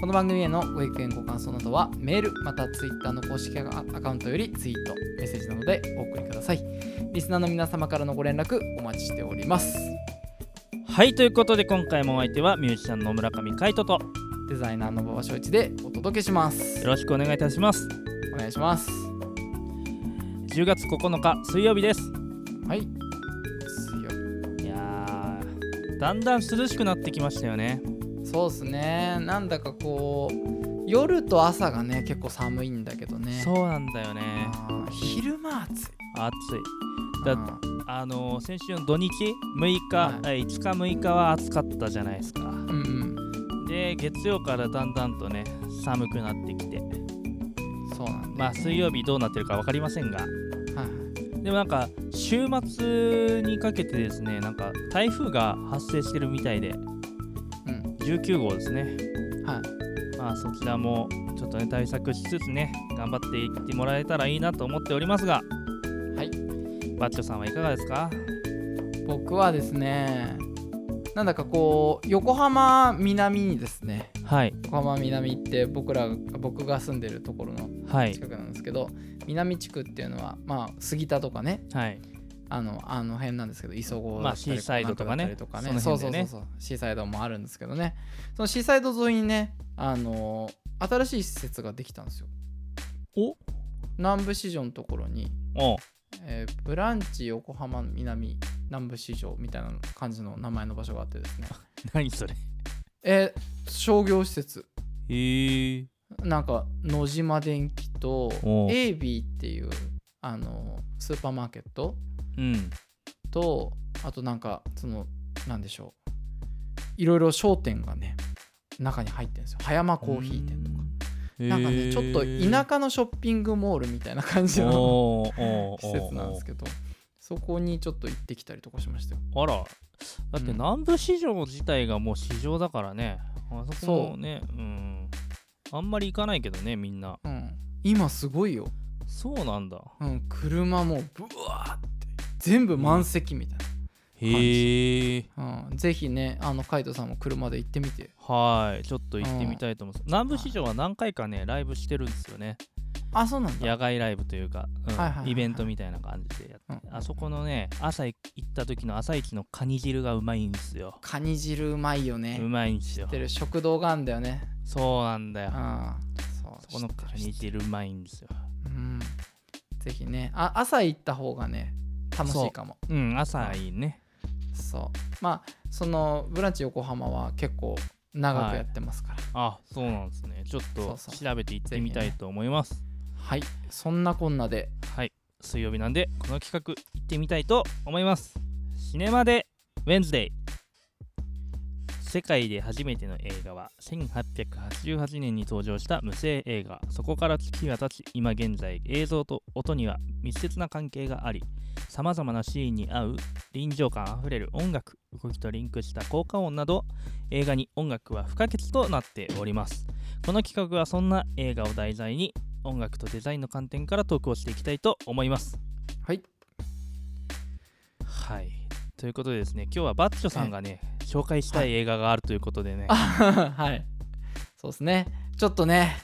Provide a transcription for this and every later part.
この番組へのご意見ご感想などはメールまたツイッターの公式アカウントよりツイートメッセージなどでお送りくださいリスナーの皆様からのご連絡お待ちしておりますはいということで今回もお相手はミュージシャンの村上海人とデザイナーの馬場翔一でお届けしますよろしくお願いいたしますお願いします10月9日水曜日ですはい水曜いやーだんだん涼しくなってきましたよねそうですねなんだかこう夜と朝がね結構寒いんだけどねそうなんだよねあー昼間暑い暑いだうんあのー先週の土日6日、はえいー5日6日は暑かったじゃないですかうんで月曜からだんだんとね寒くなってきてうんそうなんだまあ水曜日どうなってるか分かりませんがはいはいでもなんか週末にかけてですねなんか台風が発生してるみたいでうん19号ですねはいまあそちらもちょっとね対策しつつね頑張っていってもらえたらいいなと思っておりますがはいバッチョさんはいかがですか僕はですねなんだかこう横浜南にですねはい横浜南って僕ら僕が住んでるところのはい近くなんですけど、南地区っていうのはまあ杉田とかねはいあのあの辺なんですけど磯子まだあったりシーサイドとかねなんだったりとかねそそのうそ辺うでそうねそうシーサイドもあるんですけどねそのシーサイド沿いにねあの新しい施設ができたんですよお南部市場のところにおえーブランチ横浜南南部市場みたいな感じの名前の場所があってですね、何それえー商業施設へえなんか野島電機とおう AB っていうあのスーパーマーケットうんとあとなんかそのなんでしょういろいろ商店がね中に入ってるんですよ葉山コーヒー店とかなんかねちょっと田舎のショッピングモールみたいな感じのおーおー施設なんですけどそこにちょっと行ってきたりとかしましたよあらだってうん南部市場自体がもう市場だからね、あそこもねうんあんまり行かないけどねみんなうん今すごいよそうなんだうん、車もブワーって全部満席みたいへえな、うん、ぜひねあのカイトさんも車で行ってみてはいちょっと行ってみたいと思います、南部市場は何回かねライブしてるんですよねあそうなんだ野外ライブというか、うんはいはいはいはいイベントみたいな感じでやって、うんあそこのね朝行った時の朝一のカニ汁がうまいんですよカニ汁うまいようねまいんです知よってる食堂があんだよねそうなんだようんそうそこの知ってカるニ汁うまいんですようんぜひねあ朝行った方がね楽しいかもうん朝いいねそうまあその「ブランチ横浜」は結構長くやってますからあそうなんですねちょっとそうそ調べていってみたいと思いますはい、そんなこんなではい水曜日なんでこの企画行ってみたいと思いますシネマでウェンズデイ世界で初めての映画は1888年に登場した無声映画そこから月が経ち今現在映像と音には密接な関係がありさまざまなシーンに合う臨場感あふれる音楽動きとリンクした効果音など映画に音楽は不可欠となっておりますこの企画はそんな映画を題材に音楽とデザインの観点からトークをしていきたいと思います。はいはいということでですね今日はバッチョさんがね紹介したい映画があるということでね、あ はいそうですねちょっとね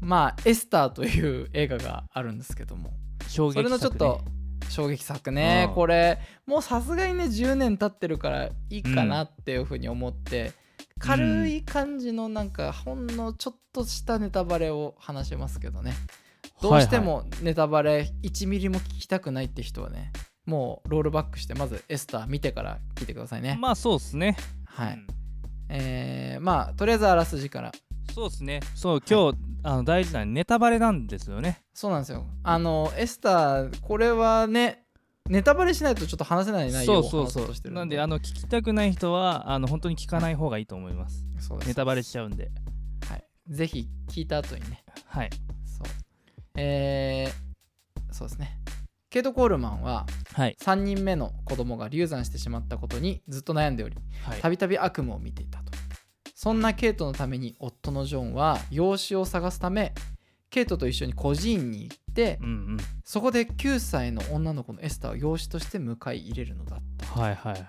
まあ「エスター」という映画があるんですけども衝撃そ作、れね、のちょっと衝撃作ね、うんこれもうさすがにね10年経ってるからいいかなっていうふうに思って、軽い感じのなんかほんのちょっとしたネタバレを話しますけどねどうしてはいはいもネタバレ1ミリも聞きたくないって人はねもうロールバックしてまず「エスター」見てから聞いてくださいね、まあそうですね、はういんえー、まあとりあえずあらすじからそうですねそう今日、あの大事なネタバレなんですよねそうなんですよ。あの、エスター、これはね、ネタバレしないとちょっと話せない内そ容をうそう話そそうとしてうるなんであの聞きたくない人はあの本当に聞かない方がいいと思いますそうですネタバレしちゃうんではい。ぜひ聞いた後にね、はいそう。えーそうですねケイト・コールマンははい3人目の子供が流産してしまったことにずっと悩んでおりはいたびたび悪夢を見ていたとそんなケイトのために夫のジョンは養子を探すためケイトと一緒に孤児院に行ってうんうんそこで9歳の女の子のエスターを養子として迎え入れるのだったはいはい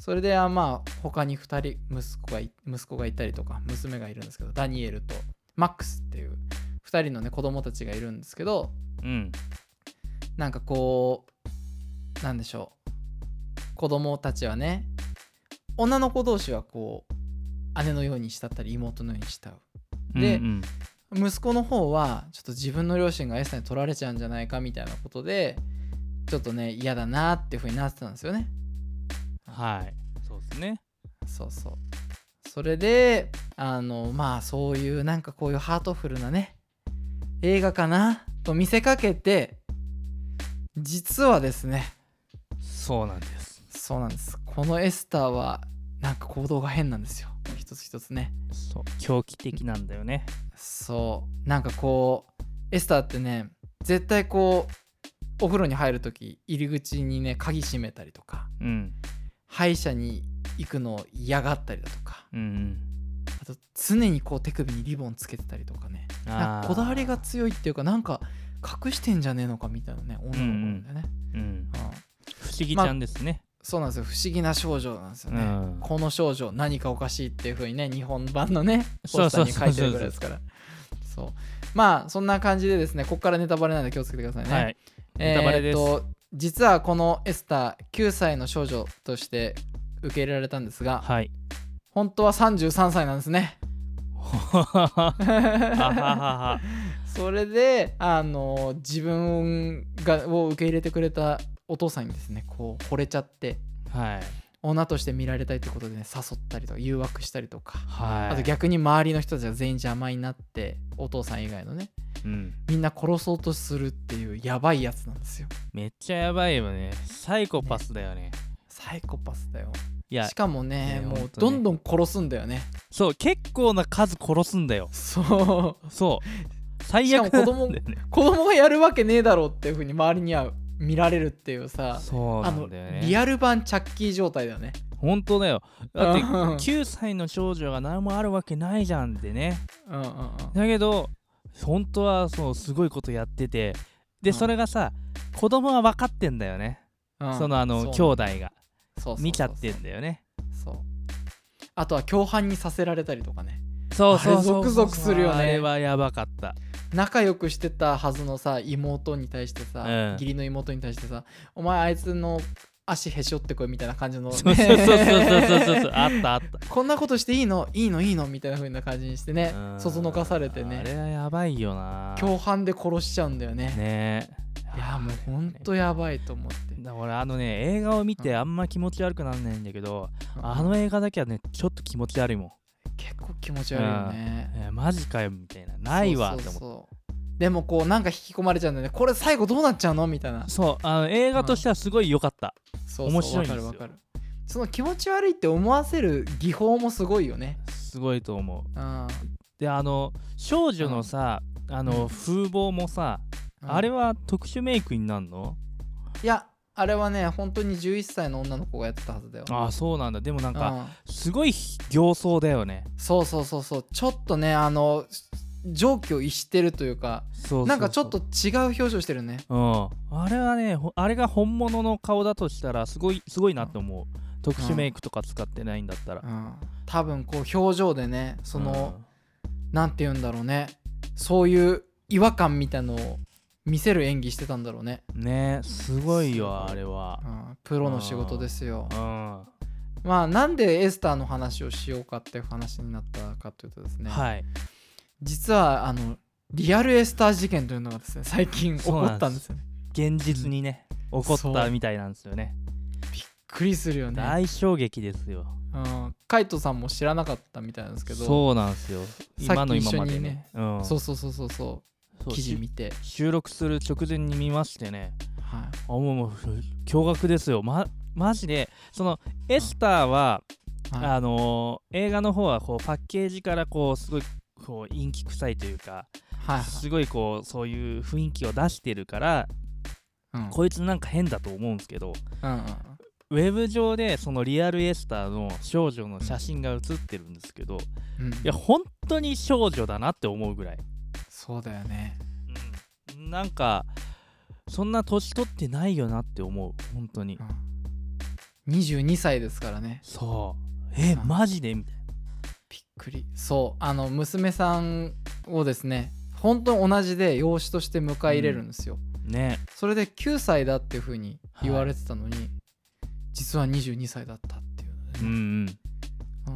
それであまあ他に2人息子がい息子がいたりとか娘がいるんですけどダニエルとマックスっていう2人のね子供たちがいるんですけどうんなんかこうなんでしょう子供たちはね女の子同士はこう姉のように慕ったり妹のように慕うで、うんうん息子の方はちょっと自分の両親がエスタに取られちゃうんじゃないかみたいなことでちょっとね嫌だなっていうふうになってたんですよねはいそうですねそうそうそれであのまあそういうなんかこういうハートフルなね映画かなと見せかけて実はですねそうなんですそうなんですこのエスターはなんか行動が変なんですよ一つ一つねそう狂気的なんだよねそうなんかこうエスターってね絶対こうお風呂に入る時入り口にね鍵閉めたりとかうん歯医者に行くのを嫌がったりだとかうんあと常にこう手首にリボンつけてたりとかねうんなあんーかこだわりが強いっていうかなんか隠してんじゃねえのかみたいなね女の子なんだよね、うんうん不思議ちゃんですね、そうなんですよ不思議な少女なんですよね、うんこの少女何かおかしいっていう風にね日本版のねそポうスタそーうに書いてるぐらいですからそうまあそんな感じでですねここからネタバレなんで気をつけてくださいね、はいネタバレです、えーっと実はこのエスター9歳の少女として受け入れられたんですが はい本当は33歳なんですねあはははそれであの自分がを受け入れてくれたお父さんにですねこう惚れちゃってはい女として見られたいってことでね誘ったりとか誘惑したりとか、はいあと逆に周りの人たちが全員邪魔になってお父さん以外のねうんみんな殺そうとするっていうやばいやつなんですよめっちゃやばいよねサイコパスだよねサイコパスだよいやしかもねねもほうんとねどんどん殺すんだよねそう結構な数殺すんだよそうそう最しか悪も子供なんだよね子供がやるわけねえだろうっていうふうに周りには見られるっていうさそうあなのんだよねリアル版チャッキー状態だよね本当だよだってうんうんうん9歳の少女が何もあるわけないじゃんってねうんうんうんだけど本当はそうすごいことやっててで、うんそれがさ子供は分かってんだよね、うんそのあのそう兄弟がそうそうそうそう見ちゃってんだよねそうあとは共犯にさせられたりとかねそうそうあそうそうれゾクゾクするよねあれはやばかった仲良くしてたはずのさ妹に対してさ、うん義理の妹に対してさお前あいつの足へし折ってこいみたいな感じの、ね、そうそうそうそうそうそうそうあったあったこんなことしていいのいいのいいのみたいな風な感じにしてねうんそそのかされてあれねはやばいよな共犯で殺しちゃうんだよねねいやもうほんとやばいと思って、だからあのね映画を見てあんま気持ち悪くなんないんだけど、あうんの映画だけはねちょっと気持ち悪いもん結構気持ち悪いよね、えーマジかよみたいなないわってそう思そっうてそうでもこうなんか引き込まれちゃうんだよねこれ最後どうなっちゃうのみたいなそうあの映画としてはすごい良かった、そうそう面白いんわかでるすよわかるその気持ち悪いって思わせる技法もすごいよねすごいと思ううんであの少女のさ、あうんの風貌もさ、あれは特殊メイクになるの、いやあれはね本当に11歳の女の子がやってたはずだよああそうなんだでもなんか、うんすごい形相だよねそうそうそうそうちょっとねあの蒸気を逸してるというかそうそうそうなんかちょっと違う表情してるねうんあれはねほあれが本物の顔だとしたらすごいすごいなって思う特殊メイクとか使ってないんだったら、うん多分こう表情でねそのうんなんて言うんだろうねそういう違和感みたいのを見せる演技してたんだろうね、ねすごいすごよいあれはう、ん、プロの仕事ですようんはまあなんでエスターの話をしようかっていう話になったかというとですね、い実はあのリアルエスター事件というのがですね最近起こったんですよね現実にね、起こっそうたみたいなんですよねびっくりするよね、大衝撃ですようん、カイトさんも知らなかったみたいなんですけどそうなんですよさっき今の今ま一緒でにねねうん、そうそうそうそうそそうう記事し見て、収録する直前に見ましてねはあもうもうふ驚愕ですよまマジでそのエスターは、いはい、あのー映画の方はこうパッケージからこうすごいこう陰気臭いというか、はいすごいこうそういう雰囲気を出してるからうんこいつなんか変だと思うんですけどうんうんウェブ上でそのリアルエスターの少女の写真が写ってるんですけどうんいや本当に少女だなって思うぐらい、そうだよねうん、なんかそんな年取ってないよなって思う本当にうん22歳ですからねそうえうんマジでみたいびっくりそうあの娘さんをですね本当に同じで養子として迎え入れるんですよ、なねそれで9歳だっていうふうに言われてたのに、実は22歳だったっていううんね、うん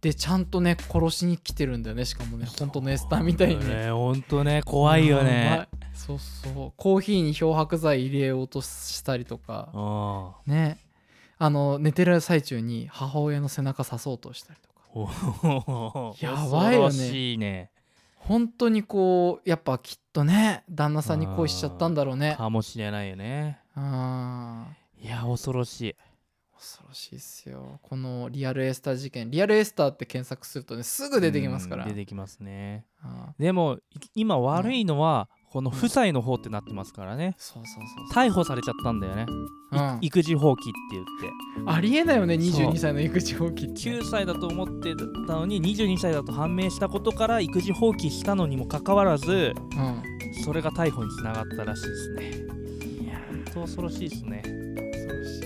でちゃんとね殺しに来てるんだよねしかもうんね本当のエスターみたいにね本当ね怖いよねうんうまいそうそうコーヒーに漂白剤入れようとしたりとかあねあの寝てる最中に母親の背中刺そうとしたりとかあやばいよねしいね本当にこうやっぱきっとね旦那さんに恋しちゃったんだろうねかもしれないよねうんいや恐ろしい恐ろしいっすよこのリアルエスター事件リアルエスターって検索するとねすぐ出てきますからうん出てきますねうんでもい今悪いのは、この夫妻の方ってなってますからねそうそうそう逮捕されちゃったんだよね、そう、い育児放棄って言ってうん、ありえないよねそう22歳の育児放棄って9歳だと思ってたのに22歳だと判明したことから育児放棄したのにもかかわらずうんそれが逮捕につながったらしいですねいや本当恐ろしいですね恐ろしい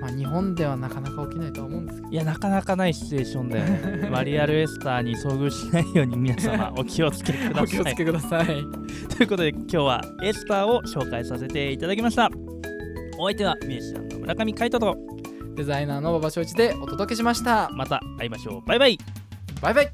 まあ日本ではなかなか起きないとは思うんですけいやなかなかないシチュエーションだよ ねマリアルエスターに遭遇しないように皆様 お気をつけくどだお気をさついけくださいということで今日はエスターを紹介させていただきましたお相手はミュージシャンの村上海人とデザイナーの馬場正一でお届けしましたまた会いましょうバイバイバイバイ